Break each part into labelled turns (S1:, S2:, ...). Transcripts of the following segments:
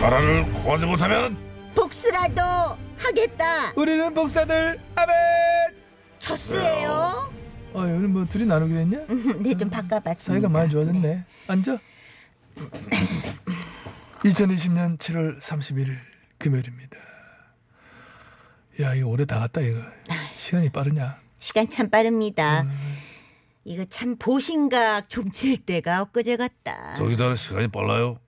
S1: 나라를 구하지 못하면
S2: 복수라도 하겠다.
S3: 우리는 복사들 아멘.
S2: 졌어요.
S3: 아 오늘 뭐 둘이 나누게 됐냐?
S2: 네 좀 바꿔봤습니다.
S3: 사이가 많이 좋아졌네. 앉아. 2020년 7월 31일 금요일입니다. 야 이거 오래 다 갔다 이거. 시간이 빠르냐?
S2: 시간 참 빠릅니다. 이거 참 보신각 좀칠 때가 엊그제 같다.
S1: 저기 전 시간이 빨라요.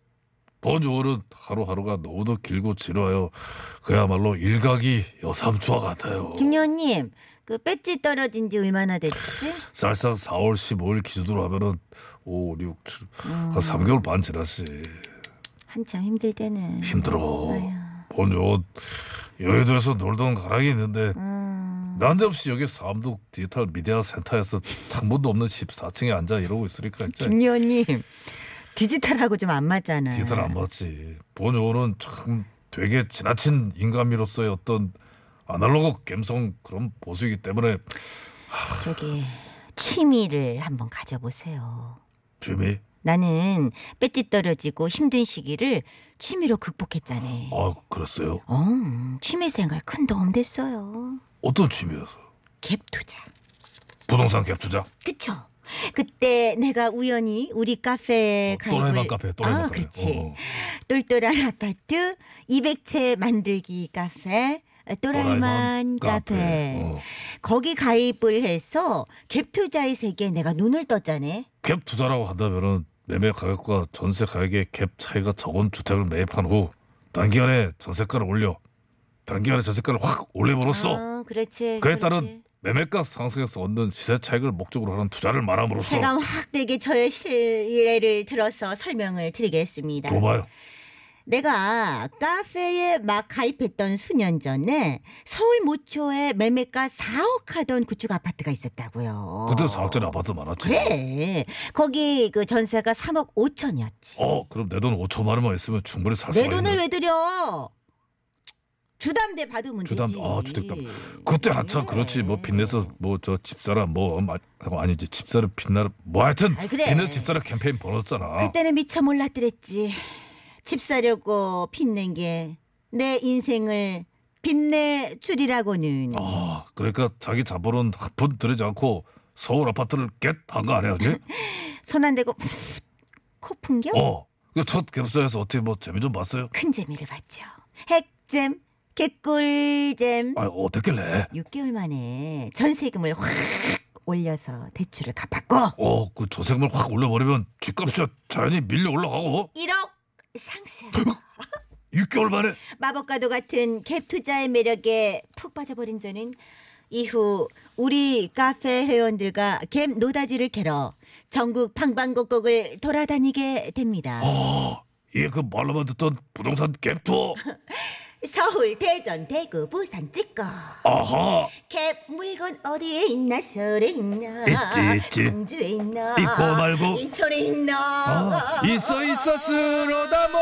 S1: 번주월은 하루하루가 너무도 길고 지루하여 그야말로 일각이 여삼추와 같아요.
S2: 김여원님 그 배지 떨어진 지 얼마나 됐지?
S1: 쌀상 4월 15일 기준으로 하면은 5, 6, 7, 한 3개월 그 반 지났지.
S2: 한참 힘들 때는.
S1: 힘들어. 번주월 여의도에서 놀던 가랑이 있는데
S2: 아,
S1: 난데없이 여기 삼독 디지털 미디어 센터에서 창문도 없는 14층에 앉아 이러고 있으니까 진짜
S2: 김여원님 디지털하고 좀 안 맞잖아.
S1: 네. 디지털 안 맞지. 본요는 참 되게 지나친 인간미로서의 어떤 아날로그 감성 그런 보수이기 때문에
S2: 저기 취미를 한번 가져보세요.
S1: 취미
S2: 나는 배지 떨어지고 힘든 시기를 취미로 극복했잖아요.
S1: 아 그랬어요.
S2: 어, 취미 생활 큰 도움 됐어요.
S1: 어떤 취미였어?
S2: 갭 투자.
S1: 부동산 갭 투자.
S2: 그쵸? 그때 내가 우연히 우리 카페
S1: 어, 또라이만
S2: 가입을-
S1: 카페, 또라이만
S2: 네, 아,
S1: 카페.
S2: 그렇지.
S1: 어.
S2: 똘똘한 아파트 200채 만들기 카페. 어, 또라이만
S1: 또라이만
S2: 카페.
S1: 카페. 어.
S2: 거기 가입을 해서 갭 투자의 세계에 내가 눈을 떴잖아.
S1: 갭 투자라고 한다면은 매매 가격과 전세 가격의 갭 차이가 적은 주택을 매입한 후 단기간에 전세가를 올려 단기간에 전세가를 확 올림으로써
S2: 아, 그렇지.
S1: 그에
S2: 그렇지.
S1: 따른 매매가 상승에서 얻는 시세 차익을 목적으로 하는 투자를 말함으로써
S2: 체감 확대게 저의 실례를 들어서 설명을 드리겠습니다.
S1: 좁아요.
S2: 내가 카페에 막 가입했던 수년 전에 서울 모초에 매매가 4억 하던 구축 아파트가 있었다고요.
S1: 그때 사업자리 아파트 많았지.
S2: 어. 그래. 거기 그 전세가 3억 5천이었지.
S1: 어, 그럼 내 돈 5천만 원만 있으면 충분히 살 수가
S2: 내
S1: 아, 있네.
S2: 돈을 왜 들여? 주담대 받으면
S1: 주담
S2: 되지.
S1: 아 주택담 그때 한참 그렇지 뭐 빚내서 뭐 저 집사람 뭐 마- 하고 아니지 집사를 빚나라 뭐 하여튼
S2: 아이, 그래.
S1: 빚내서 집사람 캠페인 벌었잖아
S2: 그때는 미처 몰랐더랬지. 집 사려고 빚낸 게 내 인생을 빚내 줄이라고는.
S1: 아 그러니까 자기 자본은 한푼 들이지 않고 서울 아파트를 겟한거 아니야 그지?
S2: 손 안 대고 코 풍겨?
S1: 어. 그첫 갭사에서 어떻게 뭐 재미 좀 봤어요?
S2: 큰 재미를 봤죠. 핵잼, 개꿀잼.
S1: 아 어땠길래?
S2: 6개월 만에 전세금을 확 올려서 대출을 갚았고
S1: 어, 그 조세금을 확 올려버리면 집값이 자연히 밀려 올라가고
S2: 1억 상승.
S1: 6개월 만에
S2: 마법과도 같은 갭 투자의 매력에 푹 빠져버린 저는 이후 우리 카페 회원들과 갭 노다지를 캐러 전국 방방곡곡을 돌아다니게 됩니다.
S1: 예, 그 말로만 듣던 부동산 갭투어
S2: 서울, 대전, 대구, 부산 찍고
S1: 아하
S2: 갭 물건 어디에 있나 서울에 있나
S1: 있지, 있지.
S2: 광주에 있나
S1: 있고 아, 말고.
S2: 인천에 있나
S3: 아, 있어 있어 쓰러다 뭐.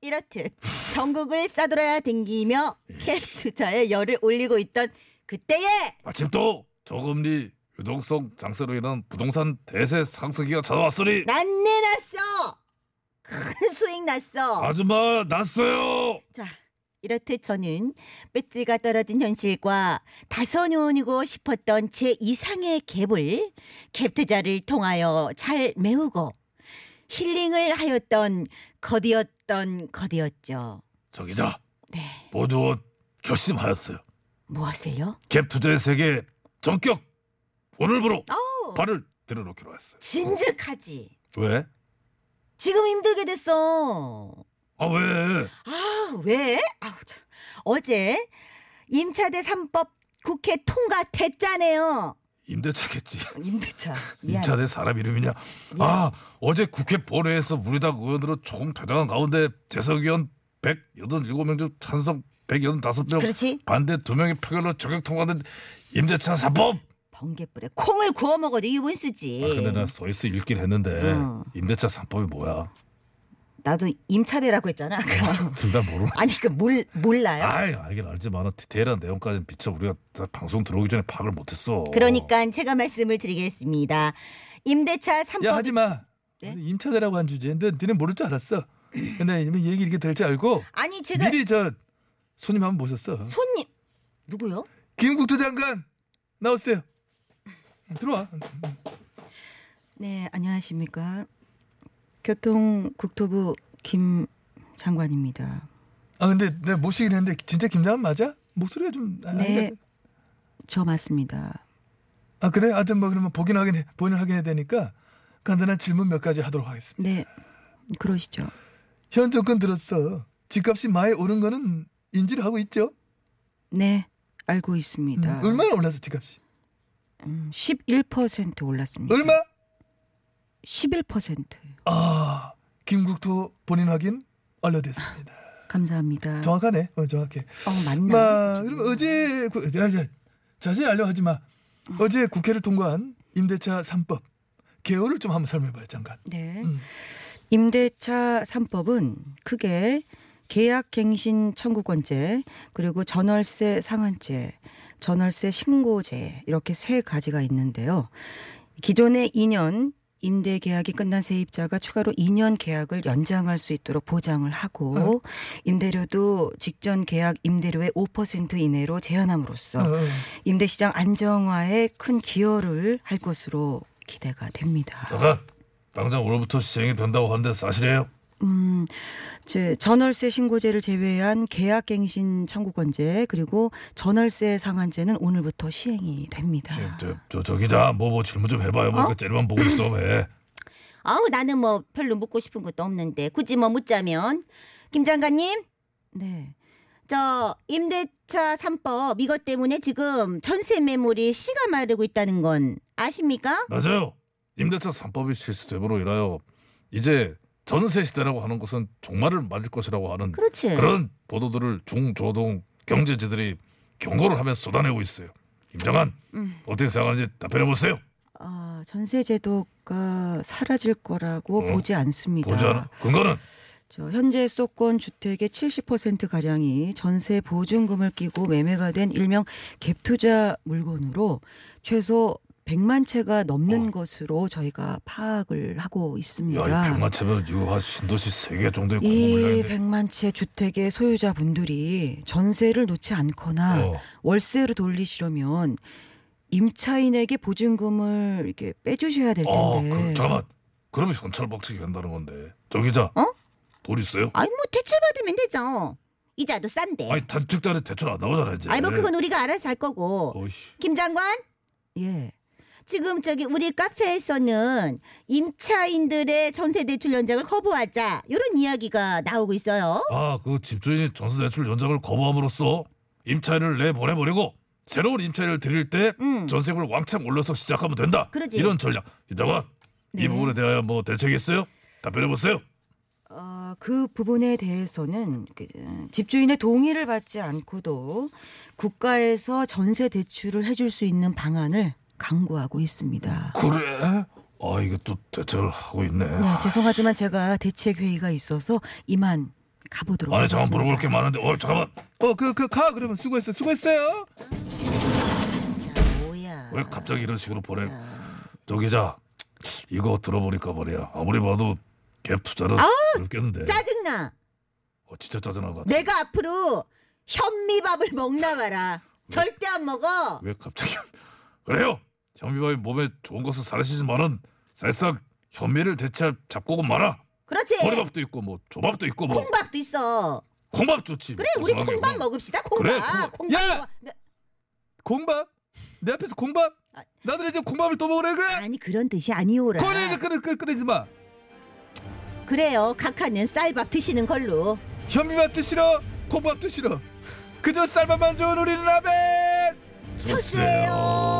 S2: 이렇듯 전국을 싸돌아야 댕기며 캡 투자에 열을 올리고 있던 그때에
S1: 마침 또 저금리 유동성 장세로 인한 부동산 대세 상승기가 찾아왔으니
S3: 네.
S2: 난내 났어 큰 수익 났어
S1: 아줌마 났어요.
S2: 자 이렇듯 저는 배지가 떨어진 현실과 다선원이고 싶었던 제 이상의 갭을 갭 투자를 통하여 잘 메우고 힐링을 하였던 거디였던 거디였죠
S1: 저 기자
S2: 네
S1: 모두 결심하였어요.
S2: 무엇을요?
S1: 갭 투자의 세계 전격 오늘부로
S2: 어우
S1: 발을 들여놓기로 했어요.
S2: 진즉하지
S1: 왜?
S2: 지금 힘들게 됐어
S1: 아 왜?
S2: 아, 왜? 아우, 참. 어제 임차대 삼법 국회 통과됐잖아요.
S1: 임대차겠지.
S2: 임대차. 미안.
S1: 임차대 사람 이름이냐? 아 어제 국회 본회에서 우리당 의원으로 총 퇴장한 가운데 재석 의원 187명 중 찬성 185명
S2: 그렇지.
S1: 반대 2명의 표결로 저격 통과된 임대차 사법
S2: 번개불에 콩을 구워 먹어도 유분 쓰지.
S1: 아, 근데 나 서있어 읽긴 했는데 임대차 3법이 뭐야?
S2: 나도 임차대라고 했잖아. 아까.
S1: 둘 다 모르는
S2: 아니 그 몰 몰라요?
S1: 아이 알긴 알지만 디테일한 내용까지는 미처 우리가 다 방송 들어오기 전에 파악을 못했어
S2: 그러니까 제가 말씀을 드리겠습니다. 임대차 삼법
S3: 야 하지 마. 임차대라고 한 주제인데 너네 모를 줄 알았어. 근데 이미 얘기 이렇게 될 줄 알고
S2: 아니 제가
S3: 미리 저 손님 한 번 모셨어.
S2: 손님 누구요?
S3: 김국토 장관 나오세요. 들어와.
S4: 네, 안녕하십니까? 교통 국토부 김 장관입니다.
S3: 아 근데 내가 모시긴 했는데 진짜 김장은 맞아? 목소리가 좀 아,
S4: 네. 저 맞습니다.
S3: 아 그래? 하여튼 뭐 그러면 보긴 확인해 보긴 확인해야 되니까 간단한 질문 몇 가지 하도록 하겠습니다.
S4: 네. 그러시죠.
S3: 현 정권 들었어. 집값이 많이 오른 거는 인지를 하고 있죠.
S4: 네. 알고
S3: 음,
S4: 있습니다.
S3: 얼마나 올랐어 집값이?
S4: 음, 11% 올랐습니다.
S3: 얼마?
S4: 11%.
S3: 아 김국토 본인 확인 완료됐습니다.
S4: 아. 감사합니다.
S3: 정확하네. 어, 정확해.
S4: 어, 맞나?
S3: 마 그럼 어제 구, 야, 야, 자세히 알려하지 마. 어제 국회를 통과한 임대차 3법 개요를 좀 한번 설명해봐요 잠깐.
S4: 네.
S3: 음.
S4: 임대차 3법은 크게 계약갱신 청구권제 그리고 전월세 상한제 전월세 신고제 이렇게 세 가지가 있는데요. 기존의 2년 임대 계약이 끝난 세입자가 추가로 2년 계약을 연장할 수 있도록 보장을
S3: 어.
S4: 하고 임대료도 직전 계약 임대료의 5% 이내로 제한함으로써
S3: 어, 어.
S4: 임대시장 안정화에 큰 기여를 할 것으로 기대가 됩니다.
S1: 잠깐 당장 오늘부터 시행이 된다고 하는데 사실이에요?
S4: 음, 제 전월세 신고제를 제외한 계약갱신 청구권제 그리고 전월세 상한제는 오늘부터 시행이 됩니다.
S1: 지금 저, 저, 저 기자 뭐 뭐 질문 좀 해봐요 뭐
S2: 어?
S1: 이렇게 째려만 보고 있어 왜
S2: 아우 나는 뭐 별로 묻고 싶은 것도 없는데 굳이 뭐 묻자면 김 장관님
S4: 네.
S2: 저 임대차 3법 이것 때문에 지금 전세 매물이 씨가 마르고 있다는 건 아십니까?
S1: 맞아요. 임대차 3법이 실시됨으로 인하여 이제 전세 시대라고 하는 것은 종말을 맞을 것이라고 하는
S2: 그렇지.
S1: 런 보도들을 중조동 경제지들이 경고를 하면서 쏟아내고 있어요. 임정한
S2: 음.
S1: 어떻게 생각하는지 답변해 보세요.
S4: 아, 전세 제도가 사라질 거라고
S1: 어?
S4: 보지 않습니다.
S2: 그러니까.
S1: 보지 않아? 근거는
S4: 저 현재 수도권 주택의 70% 가량이 전세 보증금을 끼고 매매가 된 일명 갭투자 물건으로 최소 100만 채가 넘는
S1: 어.
S4: 것으로 저희가 파악을 하고
S1: 야,
S4: 있습니다.
S1: 이 백만 채면 이거 한 신도시 세 개 정도의 공급
S4: 이
S1: 물량인데.
S4: 100만 채 예, 주택의 소유자분들이 전세를 놓지 않거나
S1: 어.
S4: 월세로 돌리시려면 임차인에게 보증금을 이렇게 빼주셔야
S2: 아,
S4: 될
S1: 어,
S2: 네,
S4: 텐데.
S1: 그, 잠깐만. 그러면 현찰 박치기 된다는 건데. 저 기자.
S2: 어?
S1: 돈 있어요?
S2: 아니 뭐 대출 받으면 되죠. 이자도 싼데.
S1: 아니 단축자리 대출 안 나오잖아 이제.
S2: 아니 뭐 그건 우리가 알아서 할 거고.
S1: 어이씨.
S2: 김 장관
S4: 예.
S2: 지금 저기 우리 카페에서는 임차인들의 전세 대출 연장을 거부하자 이런 이야기가 나오고 있어요.
S1: 아, 그 집주인이 전세 대출 연장을 거부함으로써 임차인을 내보내 버리고 새로운 임차인을 드릴 때
S2: 음.
S1: 전세금을 왕창 올려서 시작하면 된다.
S2: 그러지.
S1: 이런 전략. 이장관, 이 부분에 대하여 뭐 대책이 있어요? 답변해 보세요.
S4: 어, 그 부분에 대해서는 그, 어, 집주인의 동의를 받지 않고도 국가에서 전세 대출을 해줄 수 있는 방안을 강구하고 있습니다.
S1: 그래? 아, 이게 또 대책을 하고 있네.
S4: 네, 죄송하지만 제가 대책 회의가 있어서 이만 가보도록
S1: 아니,
S4: 하겠습니다.
S1: 잠깐 물어볼 게 많은데. 어, 잠깐만.
S3: 어그 그 가 그러면 수고했어 수고했어요.
S2: 자 뭐야?
S1: 왜 갑자기 이런 식으로 보내? 저 기자. 이거 들어보니까 말이야. 아무리 봐도 갭 투자는 어렵겠는데.
S2: 짜증나.
S1: 어, 진짜 짜증난 것 같아.
S2: 내가 앞으로 현미밥을 먹나 봐라. 절대 안 먹어.
S1: 왜 갑자기 그래요? 현미밥이 몸에 좋은 것은 사라지지만은 사실상 현미를 대체할 잡곡은 많아.
S2: 그렇지.
S1: 보리밥도 있고 뭐 조밥도 있고 뭐
S2: 콩밥도 있어.
S1: 콩밥 좋지.
S2: 그래 우리
S1: 무성하게
S2: 콩밥
S1: 뭐.
S2: 먹읍시다. 콩밥.
S1: 그래, 콩밥.
S2: 콩밥.
S3: 야!
S2: 좋아. 네,
S3: 공밥 내 앞에서 공밥
S2: 아.
S3: 나들 이제 공밥을 또 먹으래 그래.
S2: 아니 그런 뜻이 아니오라.
S3: 꺼내 끓끓 끓이지 마.
S2: 그래요. 각하는 쌀밥 드시는 걸로.
S3: 현미밥도 싫어 공밥도 싫어. 그저 쌀밥만 좋은 우리 라벨.
S2: 첫째요.